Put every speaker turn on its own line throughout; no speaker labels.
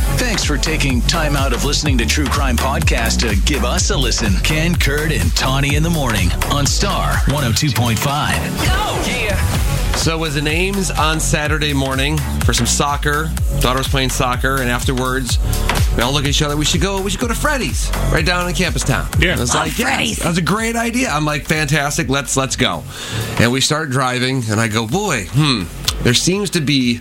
Thanks for taking time out of listening to True Crime Podcast to give us a listen. Ken, Kurt, and Tawny in the morning on Star 102.5.
So was in Ames on Saturday morning for some soccer. Daughter was playing soccer, and afterwards, we all look at each other. We should go. We should go to Freddy's right down in Campus Town.
Yeah.
I was
Oh,
like, yes,
Freddy's.
that's a great idea. I'm like, fantastic. Let's let's go. And we start driving, and I go, boy, hmm. There seems to be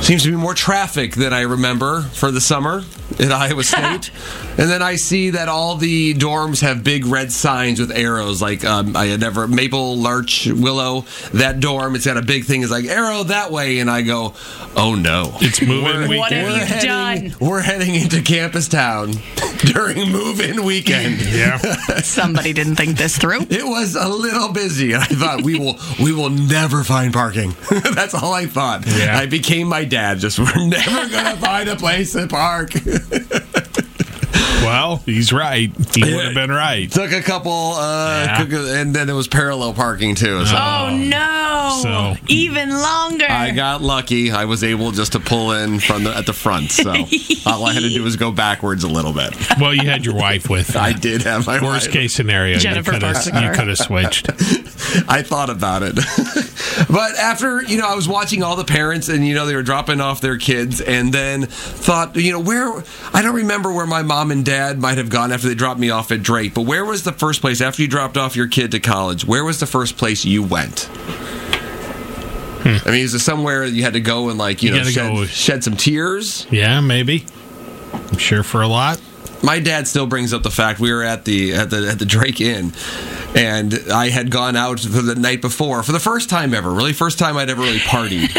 seems to be more traffic than I remember for the summer at Iowa State. and then I see that all the dorms have big red signs with arrows, like um, I had never Maple, Larch, Willow. That dorm, it's got a big thing. It's like arrow that way, and I go, oh no.
It's moving
What
weekend.
have you done?
We're heading into Campus Town during move-in weekend.
Yeah.
Somebody didn't think this through.
It was a little busy, and I thought we will we will never find parking. That's all I thought.
Yeah.
I became my dad. Just we're never gonna find a place to park.
Well, he's right. He would have been right.
Took a couple, uh,
Yeah.
cook- and then it was parallel parking too. So
Oh, no.
So-
Even longer.
I got lucky. I was able just to pull in from the at the front. So all I had to do was go backwards a little bit.
Well, you had your wife with.
I did have my
Worst
wife.
case scenario,
Jennifer
you could have
Bersinger.
you could have switched.
I thought about it. but after, you know, I was watching all the parents and, you know, they were dropping off their kids and then thought, you know, where, I don't remember where my mom and dad might have gone after they dropped me off at Drake, but where was the first place after you dropped off your kid to college? Where was the first place you went? I mean, is it somewhere you had to go and like Hmm. you,
You
know
gotta
shed,
go-
shed some tears?
Yeah, maybe. I'm sure for a lot.
my dad still brings up the fact we were at the at the at the Drake Inn, and I had gone out the, the night before for the first time ever, really first time I'd ever really partied,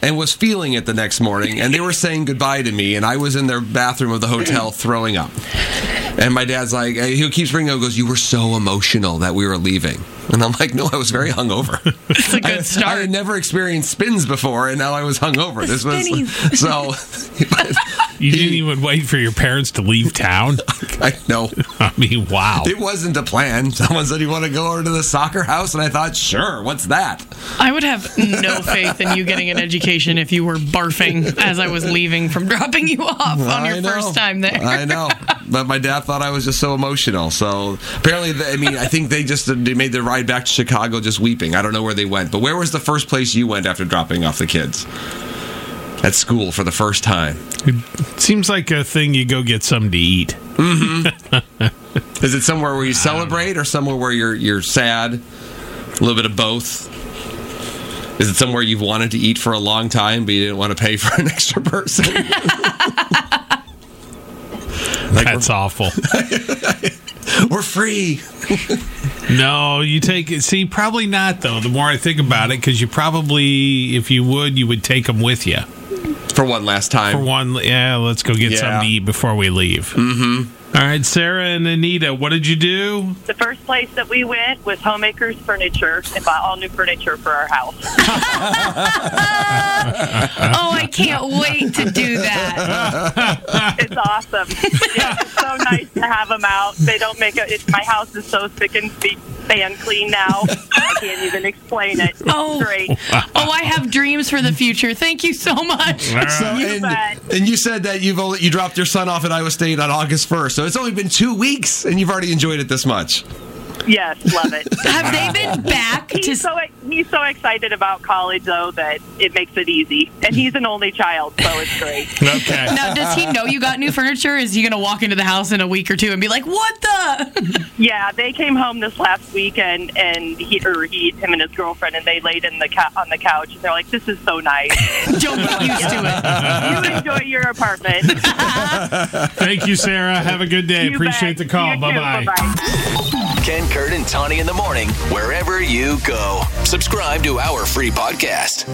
and was feeling it the next morning. And they were saying goodbye to me, and I was in their bathroom of the hotel throwing up. And my dad's like, he keeps bringing up, goes, "You were so emotional that we were leaving," and I'm like, "No, I was very hungover."
It's a good
I
start.
had never experienced spins before, and now I was hungover. This was
spinnies.
so.
You didn't even wait for your parents to leave town.
I know.
I mean, wow.
It wasn't a plan. Someone said, You want to go over to the soccer house? And I thought, Sure, what's that?
I would have no faith in you getting an education if you were barfing as I was leaving from dropping you off on
I
your
know.
first time there.
I know. But my dad thought I was just so emotional. So apparently, the, I mean, I think they just they made their ride back to Chicago just weeping. I don't know where they went. But where was the first place you went after dropping off the kids? At school for the first time.
It seems like a thing you go get something to eat.
Is it somewhere where you celebrate or somewhere where you're, you're sad? A little bit of both. Is it somewhere you've wanted to eat for a long time, but you didn't want to pay for an extra person?
That's awful.
We're free.
No, you take it. See, probably not though. The more I think about it, because you probably, if you would, you would take them with you
For one last time.
for one. Yeah, let's go get
Yeah.
something to eat before we leave. Mm-hmm. All right, Sarah and Anita, what did you do?
The first place that we went was Homemakers Furniture and bought all new furniture for our house.
Oh, I can't wait to do that.
It's awesome. yeah, it's so nice to have them out. They don't make a, it. My house is so thick and fe- fan clean now. I can't even explain it. It's
Oh.
great.
Oh, I have dreams for the future. Thank you so much.
All right.
So,
You
and,
bet.
and you said that you've only you dropped your son off at Iowa State on August first, so it's only been two weeks, and you've already enjoyed it this much.
Yes, love it.
Have they been back to?
He's so he's so excited about college though that it makes it easy, and he's an only child, so it's great.
okay.
Now, does he know you got new furniture? Is he gonna walk into the house in a week or two and be like, "What the?"
Yeah, they came home this last weekend, and he or he, him and his girlfriend, and they laid in the cou- on the couch, and they're like, "This is so nice.
Don't get used to
You enjoy your apartment."
Thank you, Sarah. Have a good day.
You
Appreciate
bet.
the call.
You too.
Bye bye.
Bye-bye.
Ken, Kurt, and Tawny in the morning, wherever you go. Subscribe to our free podcast.